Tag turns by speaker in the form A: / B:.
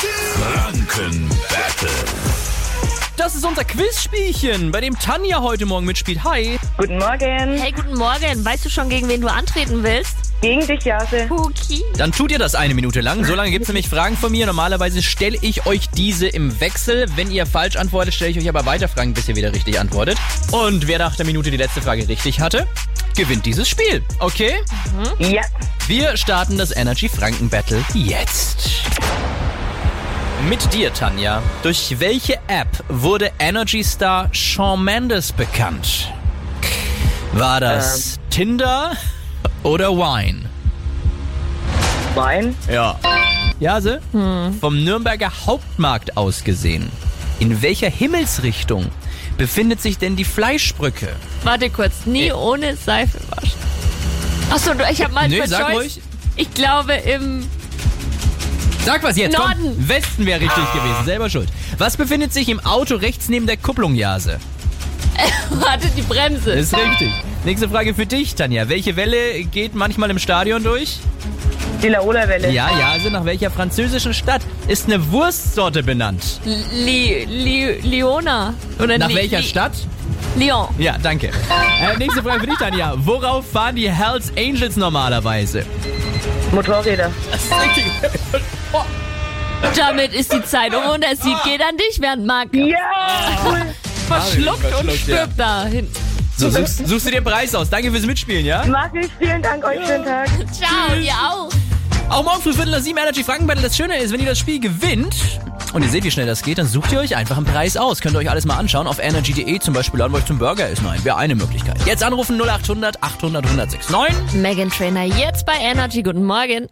A: Franken.
B: Das ist unser Quizspielchen, bei dem Tanja heute Morgen mitspielt. Hi.
C: Guten Morgen.
D: Hey, guten Morgen. Weißt du schon, gegen wen du antreten willst?
C: Gegen dich, Jase.
D: Puki.
B: Dann tut ihr das eine Minute lang. So lange gibt es nämlich Fragen von mir. Normalerweise stelle ich euch diese im Wechsel. Wenn ihr falsch antwortet, stelle ich euch aber weiter Fragen, bis ihr wieder richtig antwortet. Und wer nach der Minute die letzte Frage richtig hatte, gewinnt dieses Spiel. Okay?
C: Ja.
B: Wir starten das Energy Franken Battle jetzt. Mit dir, Tanja. Durch welche App wurde Energy Star Shawn Mendes bekannt? War das Tinder oder Wine?
C: Wein.
B: Ja. Jase? Vom Nürnberger Hauptmarkt aus gesehen. In welcher Himmelsrichtung befindet sich denn die Fleischbrücke?
D: Warte kurz. Nie ohne Seife waschen. Achso, ich habe mal
B: Nee,
D: für
B: sag
D: Choice.
B: ruhig.
D: Ich glaube im...
B: Sag was jetzt. Komm.
D: Norden.
B: Westen wäre richtig gewesen. Selber schuld. Was befindet sich im Auto rechts neben der Kupplung, Jase?
D: Warte, die Bremse.
B: Ist richtig. Nächste Frage für dich, Tanja. Welche Welle geht manchmal im Stadion durch?
C: Die Laola-Welle.
B: Ja, ja, also nach welcher französischen Stadt ist eine Wurstsorte benannt?
D: Li, Li, Leona. Oder
B: Nach
D: Li-
B: welcher
D: Li-
B: Stadt?
D: Lyon.
B: Ja, danke. Äh, nächste Frage für dich, Tanja. Worauf fahren die Hells Angels normalerweise?
C: Motorräder.
D: Damit ist die Zeit um und der
B: Ah.
D: Sieg geht an dich, während Marc
C: Ja. Cool.
D: verschluckt
B: verschluckt,
D: und
B: ja.
D: stirbt da hinten.
B: So, suchst, suchst du dir einen Preis aus. Danke fürs Mitspielen, ja?
C: Mag ich. Vielen Dank euch. Schönen Tag.
D: Ciao, ihr auch.
B: Auch morgen früh Viertel nach sieben Energy Franken Battle. Das Schöne ist, wenn ihr das Spiel gewinnt und ihr seht, wie schnell das geht, dann sucht ihr euch einfach einen Preis aus. Könnt ihr euch alles mal anschauen auf energy.de, zum Beispiel an, wo euch zum Burger ist. Nein, wäre eine Möglichkeit. Jetzt anrufen 0800 800 1069.
D: Megan Trainer jetzt bei Energy. Guten Morgen.